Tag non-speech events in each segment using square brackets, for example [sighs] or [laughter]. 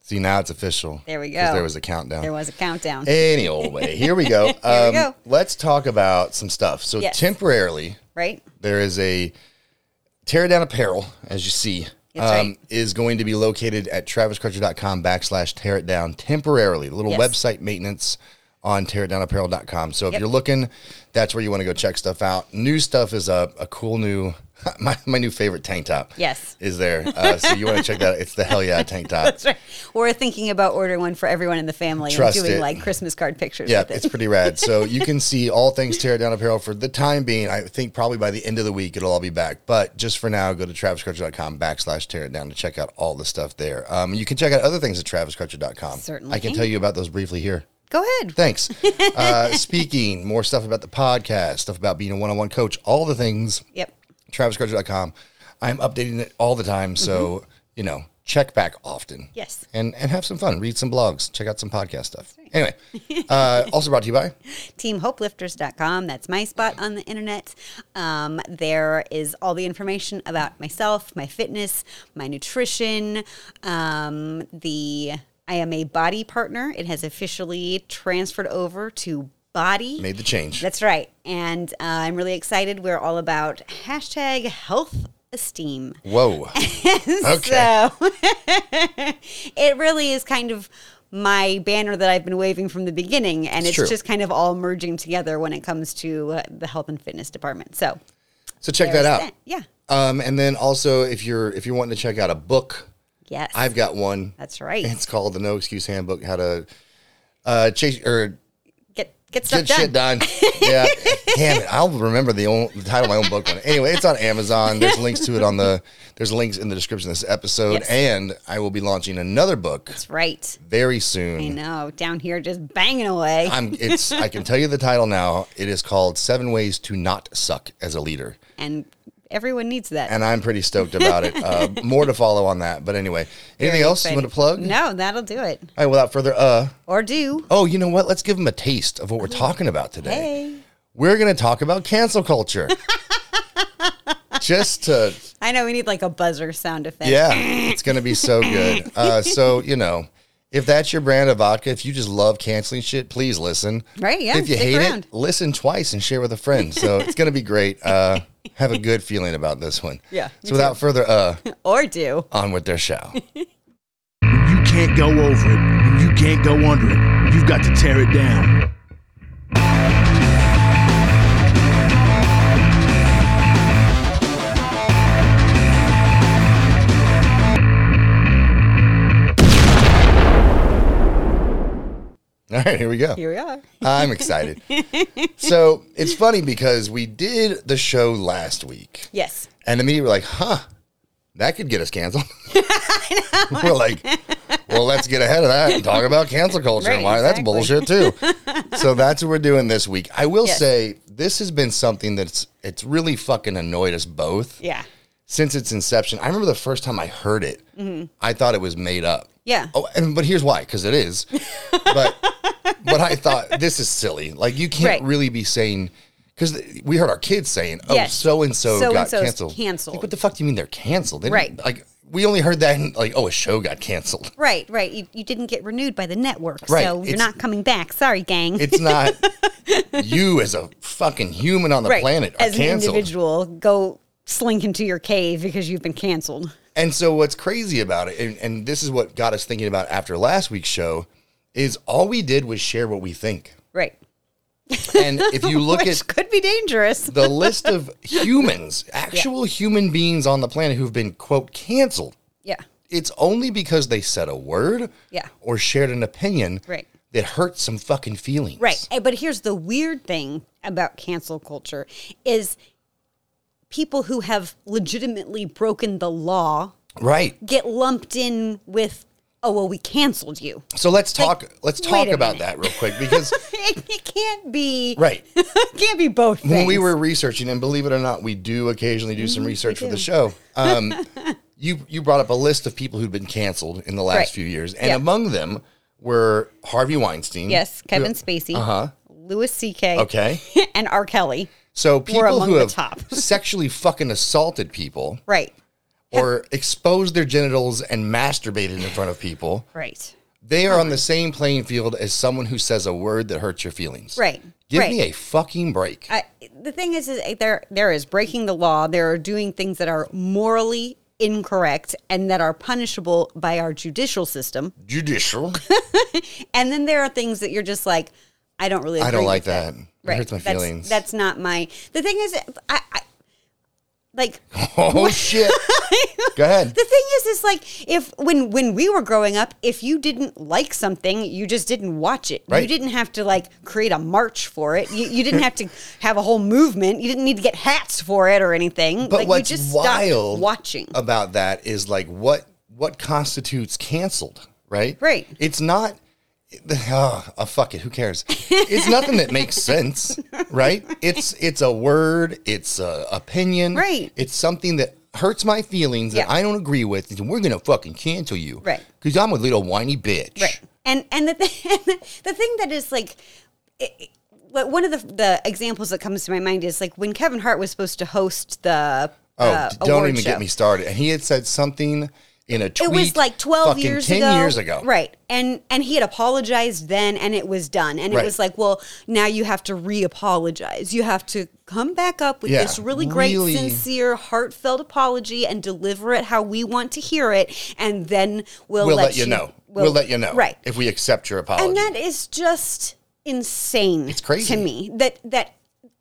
See, now it's official. There we 'Cause go. There was a countdown. There was a countdown. Any old [laughs] way. Here we go. Um, Here we go. Let's talk about some stuff. So, Yes. temporarily, right? there is a tear down apparel, as you see, um, That's right. is going to be located at traviscrutcher.com backslash tear it down temporarily. A little Yes. website maintenance on teardownapparel.com. So if Yep. you're looking, that's where you want to go check stuff out. New stuff is a, a cool new, [laughs] my, my new favorite tank top. Yes. Is there. Uh, so you want to check that out. It's the Hell Yeah tank top. That's right. We're thinking about ordering one for everyone in the family Trust and doing it. like Christmas card pictures Yeah, with it. it's pretty rad. So you can see all things Tear It Down Apparel for the time being. I think probably by the end of the week it'll all be back. But just for now, go to traviscrutcher.com backslash tear it down to check out all the stuff there. Um, you can check out other things at traviscrutcher.com. Certainly. I can tell you about those briefly here. Go ahead. [laughs] Thanks. Uh, speaking, more stuff about the podcast, stuff about being a one on one coach, all the things, Yep. traviscrutcher.com. I'm updating it all the time. So, you know, check back often. Mm-hmm. Yes. And, and have some fun. Read some blogs. Check out some podcast stuff. [laughs] Anyway, uh, also brought to you by teamhopelifters.com. That's my spot on the internet. Um, there is all the information about myself, my fitness, my nutrition, um, the I am a body partner. It has officially transferred over to body. made the change. That's right. And uh, I'm really excited. We're all about hashtag health esteem. Whoa. okay. [laughs] So it really is kind of my banner that I've been waving from the beginning, and it's, true. just kind of all merging together when it comes to uh, the health and fitness department. So So check there's that out. Yeah. Um, and then also if you're if you're wanting to check out a book, Yes. I've got one. That's right. It's called the No Excuse Handbook: How to uh, Chase or get get stuff Get Shit Done. [laughs] yeah. Damn it! I'll remember the, own, the title of my own book. One. Anyway, it's on Amazon. [laughs] There's links to it on the there's links in the description of this episode, Yes. and I will be launching another book That's right. very I soon. know. Down here, just banging away. I'm it's I can tell you the title now. It is called Seven Ways to Not Suck as a Leader. and everyone needs that. and I'm pretty stoked about it. [laughs] Uh, more to follow on that. But anyway, anything else you want to plug? All No, that'll do it. right, without further uh, Or do. oh, you know what? Let's give them a taste of what we're talking about today. Hey. We're going to talk about cancel culture. Just to, I know we need like a buzzer sound effect. yeah, it's going to be so good. Uh, so, you know, if that's your brand of vodka, if you just love canceling shit, please listen. Right, yeah, If you stick hate around. it, listen twice and share with a friend. So it's going to be great. Uh, have a good feeling about this one. Yeah, me So without further uh, Or do. on with their show. When you can't go over it, when you can't go under it, you've got to tear it down. All right, here we go. Here we are. I'm excited. so it's funny because we did the show last week, Yes. and immediately we're like, "Huh, that could get us [laughs] canceled." we're like, "Well, let's get ahead of that and talk about cancel culture and Right, why exactly. that's [laughs] bullshit too." so that's what we're doing this week. I will Yes. say this has been something that's it's really fucking annoyed us both Yeah. since its inception. I remember the first time I heard it, I thought it was made up. Yeah. Oh, and but here's why, because it is. [laughs] But but I thought this is silly. Like you can't Right. really be saying because we heard our kids saying, "Oh, Yes. so and so got So-and-so's canceled." canceled. Like, what the fuck do you mean they're canceled? They didn't- Right. Like we only heard that in, like, "Oh, a show got canceled." Right, right. You, you didn't get renewed by the network, Right, so you're it's- not coming back. Sorry, gang. It's [laughs] not you as a fucking human on the right. planet are As an canceled. individual, go slink into your cave because you've been canceled. And so what's crazy about it, and, and this is what got us thinking about after last week's show, is all we did was share what we think. Right. And if [laughs] you look Which at could be dangerous. the list of [laughs] humans, actual human beings on the planet who've been quote canceled, Yeah. it's only because they said a word Yeah. or shared an opinion Right. that hurt some fucking feelings. Right. Eh, But here's the weird thing about cancel culture is people who have legitimately broken the law Right. get lumped in with, oh, well, we canceled you. [laughs] So let's talk let's wait talk a about that minute. real quick [laughs] because It, it can't be. right. [laughs] it can't be both things. Mm-hmm, when we were researching, and believe it or not, we do occasionally do some research for the [laughs] show. Um, you you brought up a list of people who'd been canceled in the last Right. few years, and Yeah. among them were Harvey Weinstein. Yes, who- Kevin Spacey. Uh-huh. Louis C.K. Okay. [laughs] and R. Kelly. So people among who the have top. [laughs] sexually fucking assaulted people Right. or exposed their genitals and masturbated in front of people, Right. they are Uh-huh. on the same playing field as someone who says a word that hurts your feelings. Right. Give right. Uh, me a fucking break. I, the thing is, is there there is breaking the law. There are doing things that are morally incorrect and that are punishable by our judicial system. [laughs] Judicial. And then there are things that you're just like, I don't really. Agree I don't like that. with It hurts my that's, feelings. That's not my. The thing is, I, I like oh [laughs] shit. Go ahead. the thing is is like if when when we were growing up if you didn't like something you just didn't watch it you Right. didn't have to like create a march for it you, you didn't have to [laughs] have a whole movement you didn't need to get hats for it or anything But like what's you just stopped wild watching about that is like what what constitutes canceled, right? Right. It's not. Oh, fuck it. Who cares? It's nothing that [laughs] makes sense, right? It's it's a word. It's a opinion. Right. It's something that hurts my feelings that Yeah. I don't agree with. And we're gonna fucking cancel you, Right. Because I'm a little whiny bitch, Right. And and the th- [laughs] the thing that is like. It, it- but one of the, the examples that comes to my mind is like when Kevin Hart was supposed to host the Oh, uh, don't award even show. get me started. And he had said something in a tweet. it was like 12 fucking years 10 ago years ago, right and and he had apologized then and it was done and it Right. was like well now you have to re-apologize you have to come back up with Yeah, this really great really- sincere heartfelt apology and deliver it how we want to hear it and then we'll, We'll let you know. We'll, let you know, right If we accept your apology, and that is just insane it's crazy. to me that that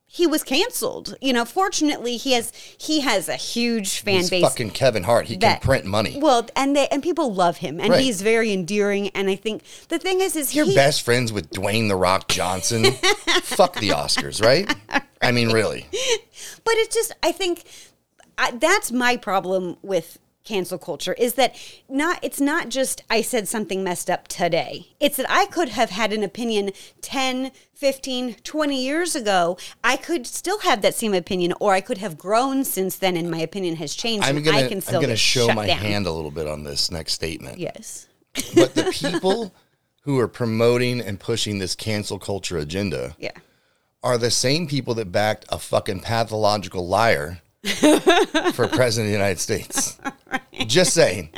he was canceled you know fortunately he has he has a huge fan He's base fucking Kevin Hart. He that- can print money. Well, and they and people love him, and Right. he's very endearing. And I think the thing is, is You're he, best friends with Dwayne the Rock [laughs] Johnson. Fuck the Oscars, right? I mean, really. [laughs] but it's just I think I, that's my problem with cancel culture is that not it's not just I said something messed up today. It's that I could have had an opinion 10, 15, 20 years ago. I could still have that same opinion or I could have grown since then and my opinion has changed. I'm and gonna I I can am still gonna get show shut my down. hand a little bit on this next statement. Yes. But [laughs] the people who are promoting and pushing this cancel culture agenda Yeah. are the same people that backed a fucking pathological [laughs] liar for president of the United States. Just saying.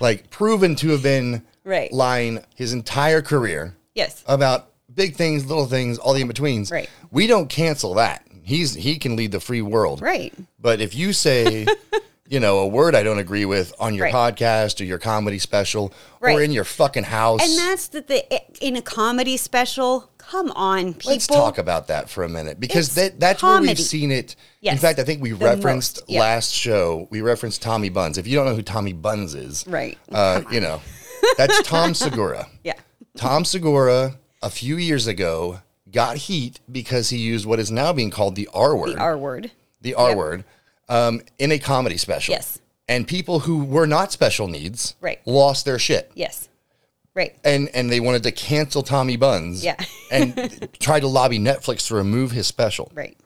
Like proven to have been Right. lying his entire career. Yes. about big things, little things, all the in betweens. Right. We don't cancel that. He's he can lead the free world. Right. But if you say, [laughs] you know, a word I don't agree with on your Right. podcast or your comedy special Right. or in your fucking house, And that's the, the in a comedy special. Come on, people. let's talk about that for a minute because It's that that's where comedy. we've seen it. In Yes. fact, I think we The referenced most, yeah. last show. We referenced Tommy Buns. If you don't know who Tommy Buns is, Right. Uh, you know, that's [laughs] Tom Segura. yeah. Tom Segura a few years ago got heat because he used what is now being called the R word, Our word. the R word, um, in a comedy special. Yes. And people who were not special needs Right. lost their shit. Yes. Right. And and they wanted to cancel Tommy Buns. Yeah. [laughs] and try to lobby Netflix to remove his special Right.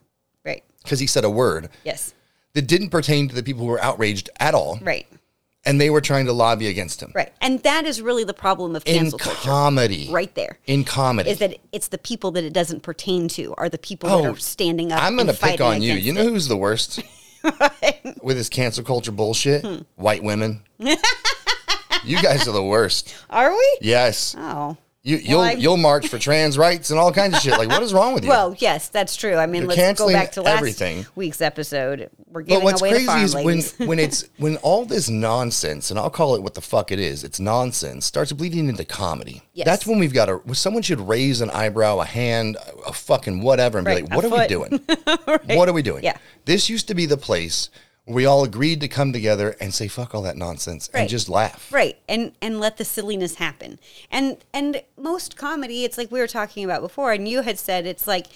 Right. because he said a word Yes. that didn't pertain to the people who were outraged at all. Right. And they were trying to lobby against him. Right. And that is really the problem of In cancel culture, comedy. right there, In comedy. is that it's the people that it doesn't pertain to are the people that Oh, are standing up. I'm going to and pick fighting on you. against You it. know who's the worst [laughs] with this cancel culture bullshit? Hmm. White [laughs] women. you guys are the worst. are we? Yes. Oh. You, you'll I- you'll march for trans rights and all kinds of shit. Like, what is wrong with you? Well, yes, that's true. I mean, You're let's go canceling back to last everything. week's episode. We're but giving what's away crazy the farm, is when, ladies. when [laughs] it's when all this nonsense, and I'll call it what the fuck it is, it's nonsense, starts bleeding into comedy. Yes. That's when we've got to. when Someone should raise an eyebrow, a hand, a- a fucking whatever, and be Right, a like, "What are foot." we doing? [laughs] What are we doing?" Yeah. This used to be the place where we all agreed to come together and say, "Fuck all that nonsense," Right. and just laugh. right and and let the silliness happen and and most comedy it's like we were talking about before and you had said it's like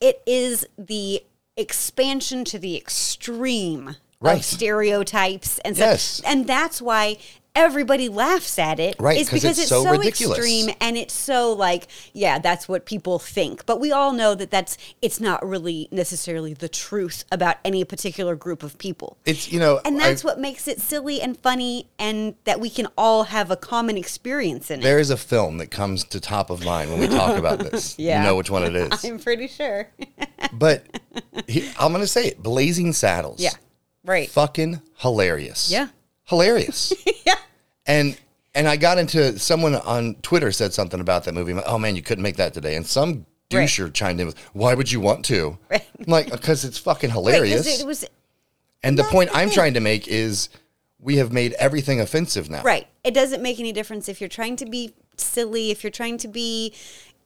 it is the expansion to the extreme Right. of stereotypes and stuff Yes. and that's why everybody laughs at it Right, is 'cause because it's, it's so so ridiculous. extreme and it's so like yeah that's what people think but we all know that that's it's not really necessarily the truth about any particular group of people It's you know, and I- that's what makes it silly and funny, and that we can all have a common experience in it. there is a film that comes to top of mind when we talk about [laughs] this. Yeah. You know which one it [laughs] is. I'm pretty sure. but he, I'm going to say it Blazing Saddles. Yeah. Right. Fucking hilarious. Yeah. hilarious. [laughs] yeah. And and I got into someone on Twitter said something about that movie. I'm like, oh man, you couldn't make that today. And some Right. doucher chimed in with, "Why would you want to?" Right. I'm like, because it's fucking Right, 'cause hilarious. it was and the that's point the I'm thing. trying to make is, we have made everything offensive now. Right. It doesn't make any difference if you're trying to be silly, if you're trying to be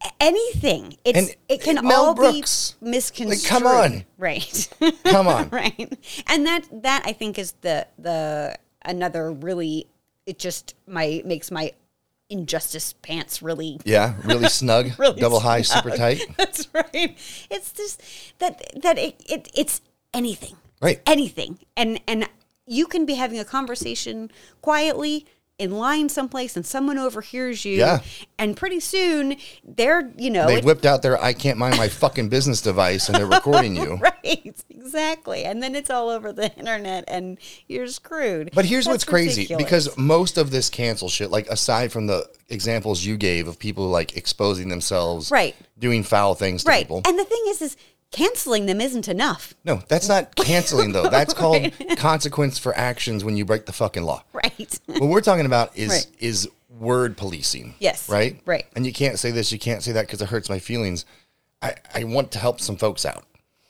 a- anything. It's And it can Mel all Brooks. be misconstrued. Like, come on. Right. [laughs] Come on. right. And that that I think is the the another really it just my makes my injustice pants really Yeah, really snug, [laughs] Really double high, super tight. [laughs] That's right. It's just that that it, it it's anything. Right. Anything. And and you can be having a conversation quietly in line someplace and someone overhears you Yeah. and pretty soon they're, you know, They it- whipped out their "I can't mind my fucking business" device, and they're recording you. [laughs] right. Exactly. And then it's all over the internet and you're screwed. But here's what's That's crazy ridiculous. because most of this cancel shit, like aside from the examples you gave of people like exposing themselves, Right. doing foul things to right. people. And the thing is is canceling them isn't enough. [laughs] no, that's not canceling though. That's called consequence for actions when you break the fucking law. Right. [laughs] What we're talking about is Right. is word policing. Yes. Right. Right. And you can't say this. You can't say that because it hurts my feelings. I, I want to help some folks out.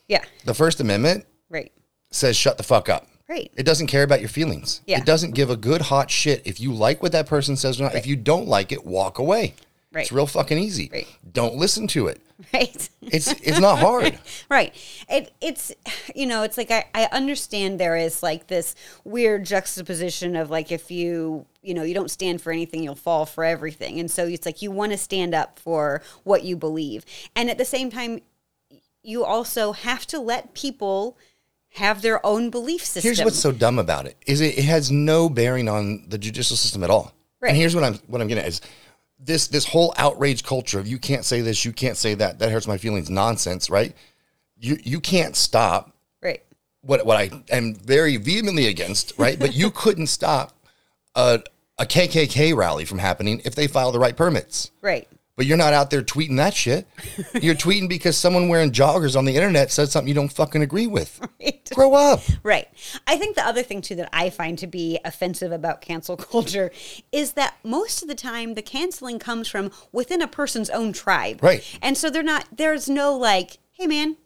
yeah. The First Amendment Right. says shut the fuck up. Right. It doesn't care about your feelings. Yeah. It doesn't give a good hot shit if you like what that person says or not. If you don't like it, walk away. Right. It's real fucking easy. Right. Don't listen to it. Right. It's it's not [laughs] hard. Right. It, it's, [sighs] you know, it's like I, I understand there is like this weird juxtaposition of like if you, you know, you don't stand for anything, you'll fall for everything. And so it's like you want to stand up for what you believe. And at the same time, you also have to let people have their own belief system. Here's what's so dumb about it is it, it has no bearing on the judicial system at all. Right. And here's what I'm what I'm getting at is this this whole outrage culture of you can't say this, you can't say that, that hurts my feelings nonsense, right? You you can't stop right. what what I am very vehemently against, right? but [laughs] you couldn't stop a a KKK rally from happening if they file the right permits. Right. But you're not out there tweeting that shit. [laughs] You're tweeting because someone wearing joggers on the internet said something you don't fucking agree with. Right. Grow up. Right. I think the other thing, too, that I find to be offensive about cancel [laughs] culture is that most of the time the canceling comes from within a person's own tribe. Right. And so they're not, there's no like, hey, man,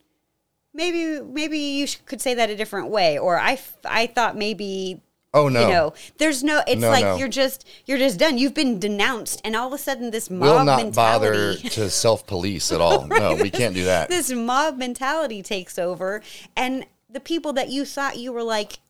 maybe, maybe you sh- could say that a different way. Or I, f- I thought maybe. Oh no. You know, there's no. It's No, like no. you're just you're just done. You've been denounced, and all of a sudden this mob We'll not bother mentality. [laughs] to self police at all. No, we can't do that. this mob mentality takes over and the people that you thought you were like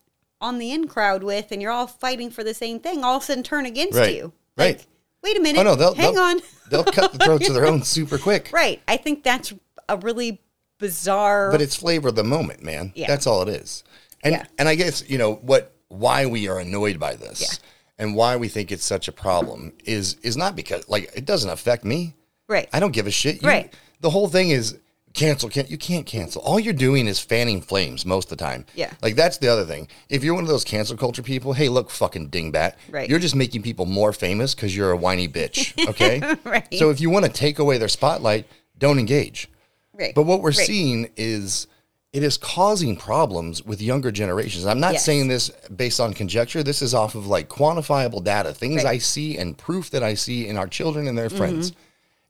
on the in crowd with and you're all fighting for the same thing all of a sudden turn against Right. you Right. Like, wait a minute Oh no, they'll hang they'll, on they'll cut the throats [laughs] of their own super quick. right i think that's a really bizarre but it's flavor of the moment, man. Yeah. That's all it is. And Yeah. and I guess, you know, what why we are annoyed by this and why we think it's such a problem is is not because like it doesn't affect me. right I don't give a shit. You- Right. The whole thing is cancel can't you can't cancel. All you're doing is fanning flames most of the time. Yeah. Like that's the other thing. If you're one of those cancel culture people, hey look, fucking dingbat. Right. You're just making people more famous because you're a whiny bitch. [laughs] Okay? Right. So if you want to take away their spotlight, don't engage. right But what we're Right. seeing is it is causing problems with younger generations. I'm not Yes. saying this based on conjecture. This is off of like quantifiable data, things Right. Mm-hmm. I see and proof that I see in our children and their friends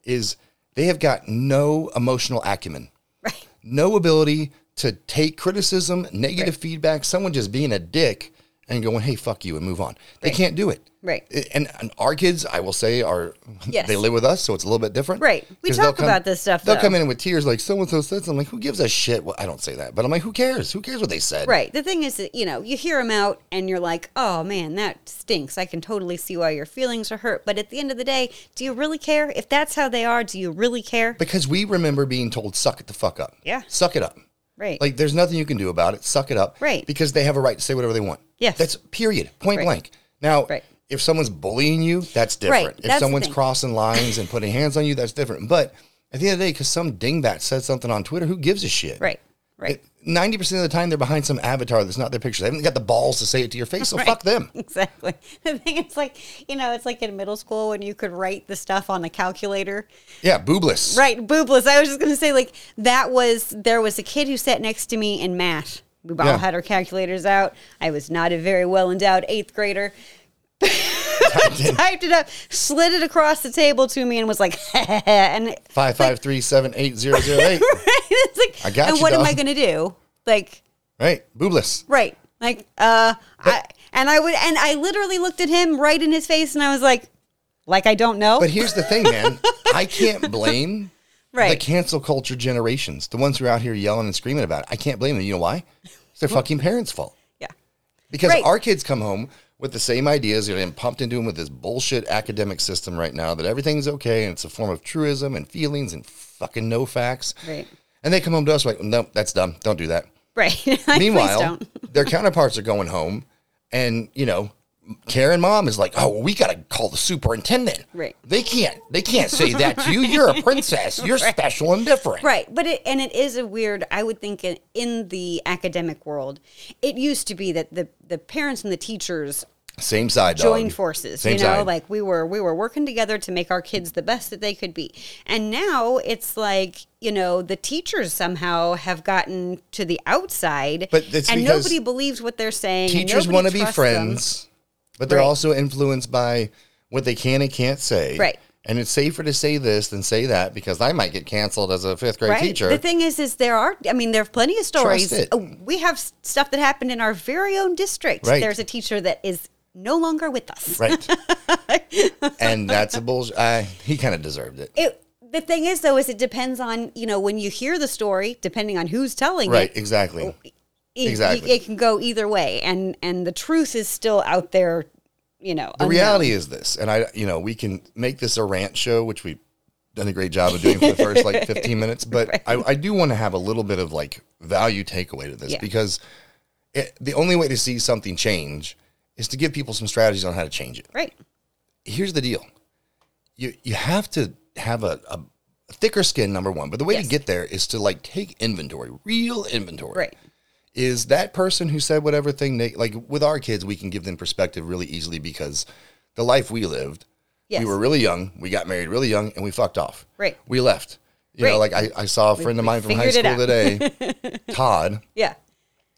is they have got no emotional acumen, right no ability to take criticism, negative feedback, someone just being a dick and going, "Hey, fuck you," and move on. They can't do it. Right. I- And, and our kids, I will say, are [laughs] Yes. they live with us, so it's a little bit different. Right. We 'Cause they'll talk about this stuff, They'll though. come in with tears, like so and so said something. Like, who gives a shit? Well, I don't say that, but I'm like, who cares? Who cares what they said? Right. The thing is that, you know, you hear them out and you're like, oh man, that stinks. I can totally see why your feelings are hurt. But at the end of the day, do you really care? If that's how they are, do you really care? Because we remember being told, "Suck it the fuck up." Yeah. Suck it up. Right. Like, there's nothing you can do about it. Suck it up. Right. Because they have a right to say whatever they want. Yes. That's period. Point Right. blank. Now, Right. if someone's bullying you, that's different. Right. If That's the someone's thing. crossing lines and putting hands on you, that's different. But at the end of the day, because some dingbat said something on Twitter, who gives a shit? right. Right. Ninety percent of the time, they're behind some avatar that's not their picture. They haven't got the balls to say it to your face, so fuck them. [laughs] Exactly. The thing is like, you know, it's like in middle school when you could write the stuff on a calculator. Yeah, boobless. [laughs] Right, boobless. I was just going to say like that was there was a kid who sat next to me in math We all Yeah. had our calculators out. I was not a very well endowed eighth grader. Typed it up, slid it across the table to me, and was like, [laughs] and it- [laughs] Five five three seven eight zero zero eight. it's like, I got and you, what am dog. I going to do? Like, Right, boobless. right, like, uh, I, and I would, and I literally looked at him right in his face, and I was like, like I don't know, But here's the thing, man. I can't blame the right? cancel culture generations, the ones who are out here yelling and screaming about it. I can't blame them. You know why? It's their fucking parents' fault. yeah, Because Right. our kids come home with the same ideas that are being pumped into them with this bullshit academic system right now that everything's okay and it's a form of truism and feelings and fucking no facts. Right. And they come home to us like, no, that's dumb. Don't do that. right. [laughs] Please Meanwhile, [laughs] don't. their counterparts are going home, and you know, Karen mom is like, "Oh, well, we got to call the superintendent. Right. They can't. They can't say that to you. You're [laughs] a princess. You're special and different. Right, but it and it is a weird. I would think in, in the academic world, it used to be that the the parents and the teachers Same side. dog. joined forces. Um, Same you know, side. like we were we were working together to make our kids the best that they could be. And now it's like you know the teachers somehow have gotten to the outside, But it's and because nobody believes what they're saying. and teachers nobody want to be trusts them. friends, but they're Right. also influenced by what they can and can't say. Right. And it's safer to say this than say that because I might get canceled as a fifth grade Right. teacher. The thing is, is there are. I mean, there are plenty of stories. Trust it. Oh, We have s- stuff that happened in our very own district. Right. There's a teacher that is no longer with us. right. [laughs] and that's a bullshit. Uh, he kind of deserved it. It. The thing is, though, is it depends on you know when you hear the story, depending on who's telling Right. it. Exactly. it, exactly. It, can go either way, and and the truth is still out there. You know, the unknown. reality is this, and I, you know, we can make this a rant show, which we've done a great job of doing for the first [laughs] like 15 minutes, but I, I do want to have a little bit of like value takeaway to this Yeah. because it, the only way to see something change is to give people some strategies on how to change it. right? Here's the deal you, you have to have a, a thicker skin, number one, but the way Yes. to get there is to like take inventory, real inventory Right. is that person who said whatever thing they like with our kids we can give them perspective really easily because the life we lived Yes. we were really young we got married really young and we fucked off Right. we left you know Right. like I, I saw a friend of mine from high figured it school today [laughs] todd Yeah.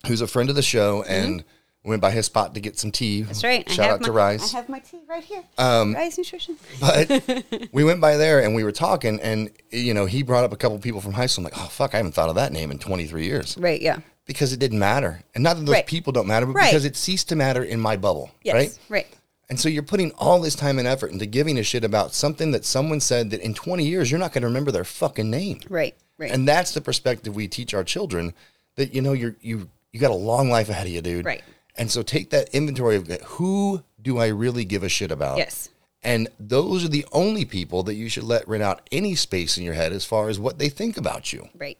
who's a friend of the show and went by his spot to get some tea Mm-hmm. That's right. shout out my, to rice I have my tea right here. Um, Rise Nutrition. [laughs] but we went by there and we were talking and you know he brought up a couple people from high school i'm like oh fuck i haven't thought of that name in 23 years Right. Yeah. because it didn't matter. And not that those Right. people don't matter, but Right. because it ceased to matter in my bubble. Yes. Right. Right. And so you're putting all this time and effort into giving a shit about something that someone said that in 20 years you're not going to remember their fucking name. Right. Right. And that's the perspective we teach our children that you know you're you you got a long life ahead of you, dude. Right. And so take that inventory of who do I really give a shit about? Yes. And those are the only people that you should let rent out any space in your head as far as what they think about you. Right.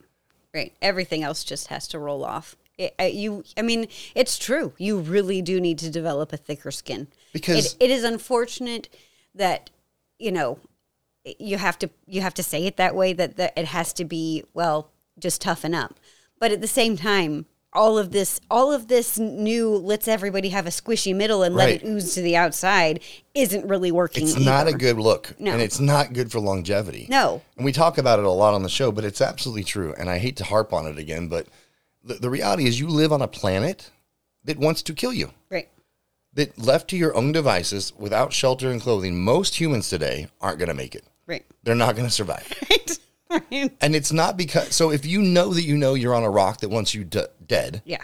Right. Everything else just has to roll off. It, I, you, I mean, it's true. You really do need to develop a thicker skin Because- it, it is unfortunate that you know you have to you have to say it that way that, that it has to be well just toughen up. But at the same time, all of this all of this new let's everybody have a squishy middle and let Right. it ooze to the outside isn't really working. It's not a either. good look. No. And it's not good for longevity. No. And we talk about it a lot on the show, but it's absolutely true. And I hate to harp on it again, but the, the reality is you live on a planet that wants to kill you, right. that left to your own devices without shelter and clothing. Most humans today aren't going to make it. Right. [laughs] They're not going to survive. Right. and it's not because, so if you know that you know you're on a rock that wants you d- dead, Yeah.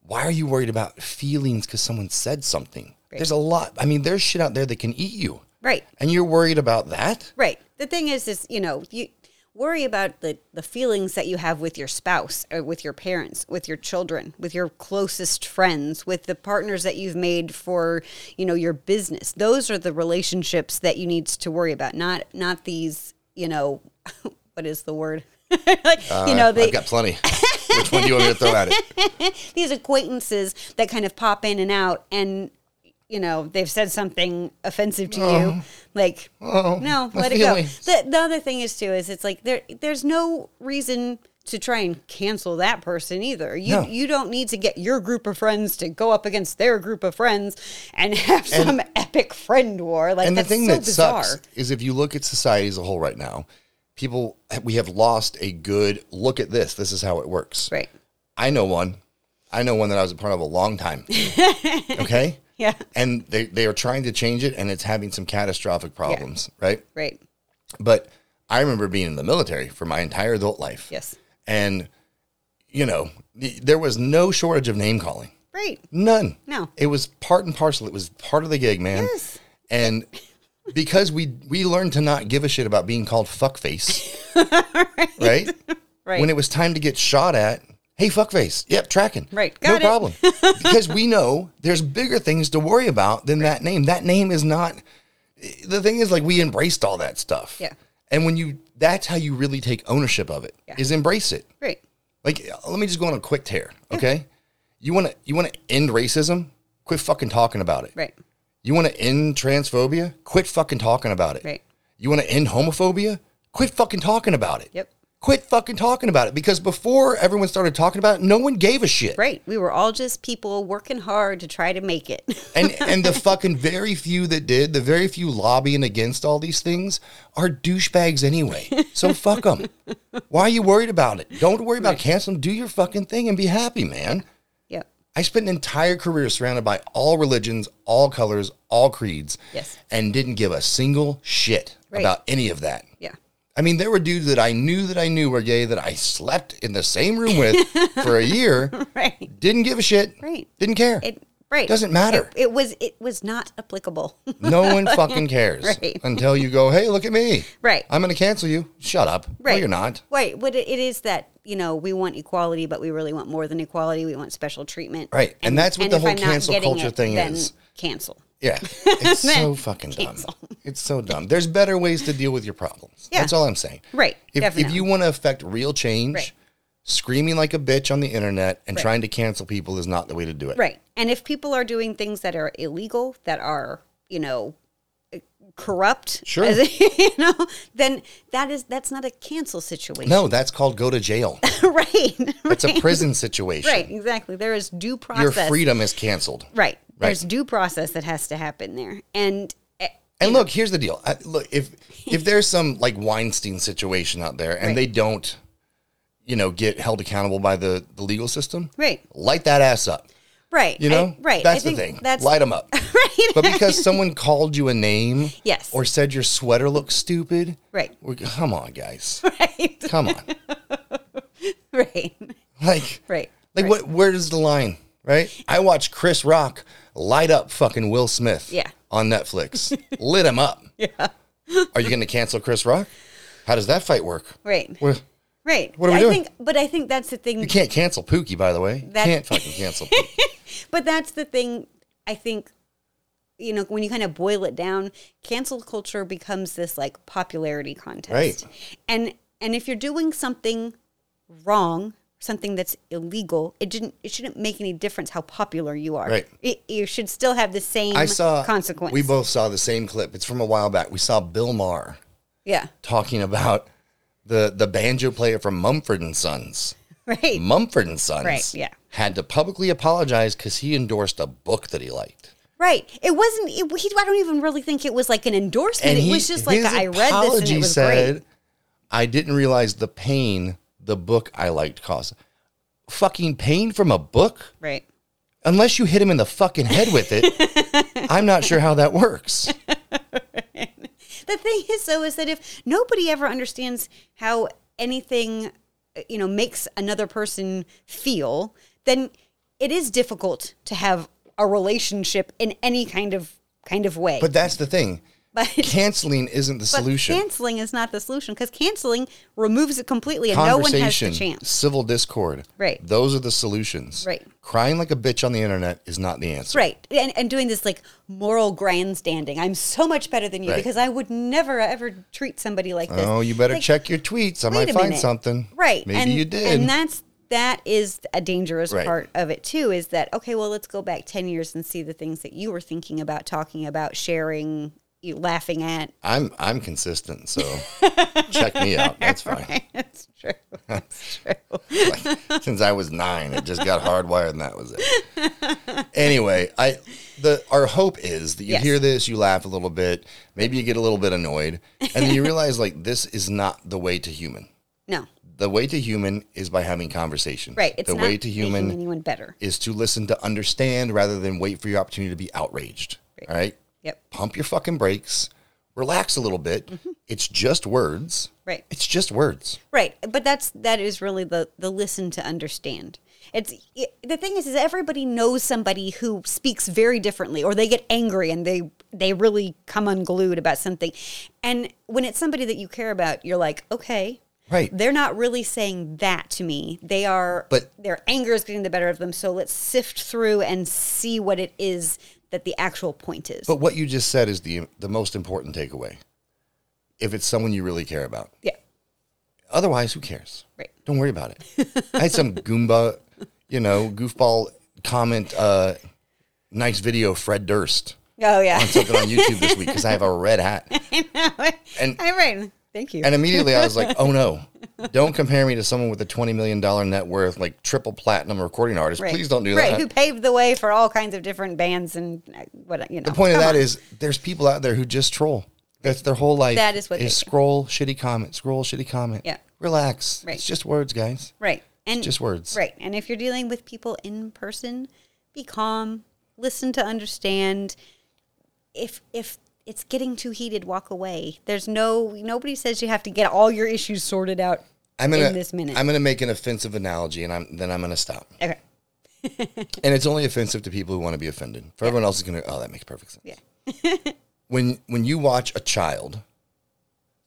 why are you worried about feelings because someone said something? Right. There's a lot. I mean, there's shit out there that can eat you. Right. And you're worried about that? Right. The thing is, is you know, you worry about the the feelings that you have with your spouse, or with your parents, with your children, with your closest friends, with the partners that you've made for you know your business. Those are the relationships that you need to worry about. Not not these. You know, [laughs] what is the word? [laughs] Like, you know, the, I've got plenty. Which one do you want me to throw at [laughs] it? these acquaintances that kind of pop in and out and you know they've said something offensive to you like no Oh. my let feelings. it go the, the other thing is too is it's like there there's no reason to try and cancel that person either you No. you don't need to get your group of friends to go up against their group of friends and have some epic friend war like And the that's thing so that bizarre sucks is if you look at society as a whole right now, people we have lost a good look at this. This is how it works. right I know one. I know one that I was a part of a long [laughs] time. okay. Yeah. And they, they are trying to change it and it's having some catastrophic problems, right? Right. But I remember being in the military for my entire adult life. Yes. And, you know, th- there was no shortage of name calling. Right. None. No. It was part and parcel. It was part of the gig, man. Yes. And because we we learned to not give a shit about being called fuckface, [laughs] right? Right. When it was time to get shot at, hey fuckface, yep, tracking, Right, no got it. problem, [laughs] because we know there's bigger things to worry about than that name. That name is not. The thing is, like, we embraced all that stuff. Yeah. And when you, that's how you really take ownership of it. Is Yeah. embrace it. right. Like, uh, let me just go on a quick tear, okay? You want to you want to end racism? Quit fucking talking about it. Right. You want to end transphobia? Quit fucking talking about it. Right. You want to end homophobia? Quit fucking talking about it. Yep. Quit fucking talking about it because before everyone started talking about it, no one gave a shit. Right. We were all just people working hard to try to make it. [laughs] And and the fucking very few that did, the very few lobbying against all these things are douchebags anyway. So [laughs] fuck them. Why are you worried about it? Don't worry about canceling. Do your fucking thing and be happy, man. yep. I spent an entire career surrounded by all religions, all colors, all creeds, Yes. and didn't give a single shit Right. about any of that. Yeah. [laughs] I mean, there were dudes that I knew that I knew were gay that I slept in the same room [laughs] with for a year, Right. didn't give a shit, Right. didn't care. It right. Doesn't matter. It, it was it was not applicable. [laughs] no one fucking cares Right. until you go, hey, look at me. Right. I'm going to cancel you. Shut up. right. No, you're not. Right. But it, it is that, you know, we want equality, but we really want more than equality. We want special treatment. Right. And that's what the if whole I'm not cancel getting culture thing then is. Cancel. [laughs] Yeah. It's so fucking cancel. dumb. It's so dumb. There's better ways to deal with your problems. Yeah. That's all I'm saying. Right, If, if definitely. you want to affect real change, Right. screaming like a bitch on the internet and trying to cancel people is not the way to do it. Right. And if people are doing things that are illegal, that are, you know, eh, corrupt, Sure. as- [laughs] you know, then that is that's not a cancel situation. No, that's called go to jail. [laughs] right. It's a prison situation. Right, exactly. There is due Your process. freedom is canceled. Right. There's due process that has to happen there. And eh, And look, here's the deal. I, look, if if there's some like Weinstein situation out there and Right. they don't, you know, get held accountable by the the legal system, Right. Light that ass up. right. You know, I, right. I That's think the thing. That's Light them [laughs] up. right. But because someone called you a name, Yes. or said your sweater looks stupid, Right. we- come on, guys, [laughs] right. come on. Right. [laughs] Like, Right. like right. what? Where is the line? Right. I watched Chris Rock light up fucking Will Smith. Yeah. On [laughs] Netflix, lit him up. Yeah. Are you going to cancel Chris Rock? How does that fight work? Right. Well, Right. What are we I doing? think but I think that's the thing you can't cancel Pookie, by the way. That- can't fucking [laughs] cancel. Pookie. But that's the thing. I think, you know, when you kind of boil it down, cancel culture becomes this like popularity contest, Right. And and if you're doing something wrong, something that's illegal, it didn't. It shouldn't make any difference how popular you are. Right. It, you should still have the same. I saw consequence. We both saw the same clip. It's from a while back. We saw Bill Maher. Yeah. talking about the the banjo player from Mumford and Sons. [laughs] Right. Mumford and Sons Right, yeah. had to publicly apologize because he endorsed a book that he liked. Right. It wasn't. It, he, I don't even really think it was like an endorsement. he- it was just like his I read this and apology it was great. I didn't realize the pain the book I liked caused. Fucking pain from a book? Right. Unless you hit him in the fucking head with [laughs] it, I'm not sure how that works. the thing is though is that if nobody ever understands how anything you know makes another person feel then it is difficult to have a relationship in any kind of kind of way But that's the thing. But- [laughs] Canceling isn't the But solution. canceling is not the solution because canceling removes it completely and no one has conversation, the chance civil discord. Right. Those are the solutions. Right. Crying like a bitch on the internet is not the answer. right and, and doing this like moral grandstanding i'm so much better than you Right. because i would never ever treat somebody like this Oh, you better Like, check your tweets. I Wait might a find minute. something. Right. Maybe and, you did. And that's that is a dangerous Right. part of it too, is that okay, well let's go back ten years and see the things that you were thinking about, talking about, sharing, you laughing at. [laughs] I'm I'm consistent, so check me out. That's fine. That's true. That's true. [laughs] Since I was nine, it just got hardwired, and that was it. Anyway, I the our hope is that you Yes. hear this, you laugh a little bit, [laughs] maybe you get a little bit annoyed, and then you realize like this is not the way to human. No. the way to human is by having conversation. Right. It's the not way to human making anyone better. is to listen to understand rather than wait for your opportunity to be outraged. Right. All right. Yep. Mm-hmm. Pump your fucking brakes. Relax a little bit. It's just words. Right. It's just words. Right, but that's that is really the the listen to understand. It's it, the thing is, is everybody knows somebody who speaks very differently, or they get angry and they they really come unglued about something. And when it's somebody that you care about, you're like, okay, Right. they're not really saying that to me. They are, But- their anger is getting the better of them. So let's sift through and see what it is that the actual point is. But what you just said is the the most important takeaway. If it's someone you really care about. yeah, Otherwise, who cares? Right. Don't worry about [laughs] it. I had some Goomba, you know, goofball comment, uh, nice video, Fred Durst, oh yeah, on [laughs] something on YouTube this week because I have a red hat. And, all right, thank you. and immediately I was like, oh no, don't compare me to someone with a $20 million net worth, like triple platinum recording artist. Right. Please don't do right. that. Who paved the way for all kinds of different bands and uh, what you know. the point of that is there's people out there who just troll. That's their whole life. That is what they do. is scroll shitty comment, scroll shitty comment. Yeah. Relax. Right. It's just words, guys. right and just words. Right, and if you're dealing with people in person, be calm, listen to understand. If if it's getting too heated, walk away. There's no nobody says you have to get all your issues sorted out. I'm gonna in this minute. I'm gonna make an offensive analogy, and I'm then I'm gonna stop. okay. And it's only offensive to people who want to be offended. For everyone else, is gonna oh that makes perfect sense. Yeah. [laughs] when when you watch a child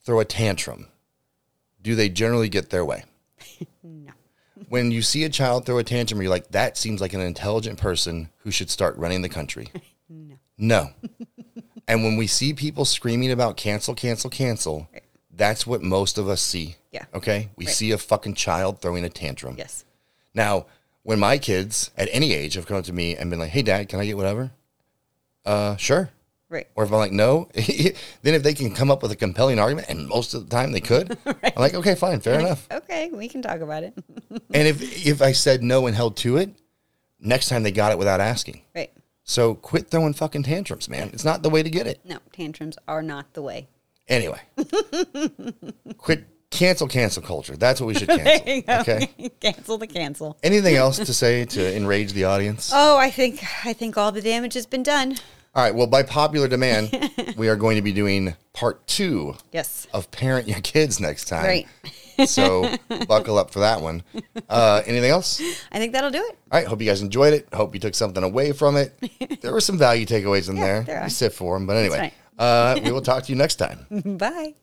throw a tantrum, do they generally get their way? No. [laughs] When you see a child throw a tantrum, you're like, that seems like an intelligent person who should start running the [laughs] country. No. and when we see people screaming about cancel, cancel, cancel, that's what most of us see. Yeah. Okay. We see a fucking child throwing a tantrum. Yes. Now, when my kids at any age have come up to me and been like, hey, dad, can I get whatever? Uh, sure. Right. Or if I'm like, no, [laughs] then if they can come up with a compelling argument, and most of the time they could, I'm like, okay, fine, fair enough. Okay, we can talk about it. [laughs] And if if I said no and held to it, next time they got it without asking. right. So quit throwing fucking tantrums, man. It's not the way to get it. No, tantrums are not the way. [laughs] Anyway, quit cancel cancel culture. That's what we should cancel. Okay. [laughs] cancel the cancel. Anything else to say to enrage the audience? Oh, I think I think all the damage has been done. All right. Well, by popular [laughs] demand, we are going to be doing part two Yes. of parent your kids next time. Right. so buckle up for that one. Uh, anything else? I think that'll do it. All right. Hope you guys enjoyed it. Hope you took something away from it. [laughs] There were some value takeaways in there. there are. You sit for them. But anyway, right. uh, we will talk to you next time. [laughs] Bye.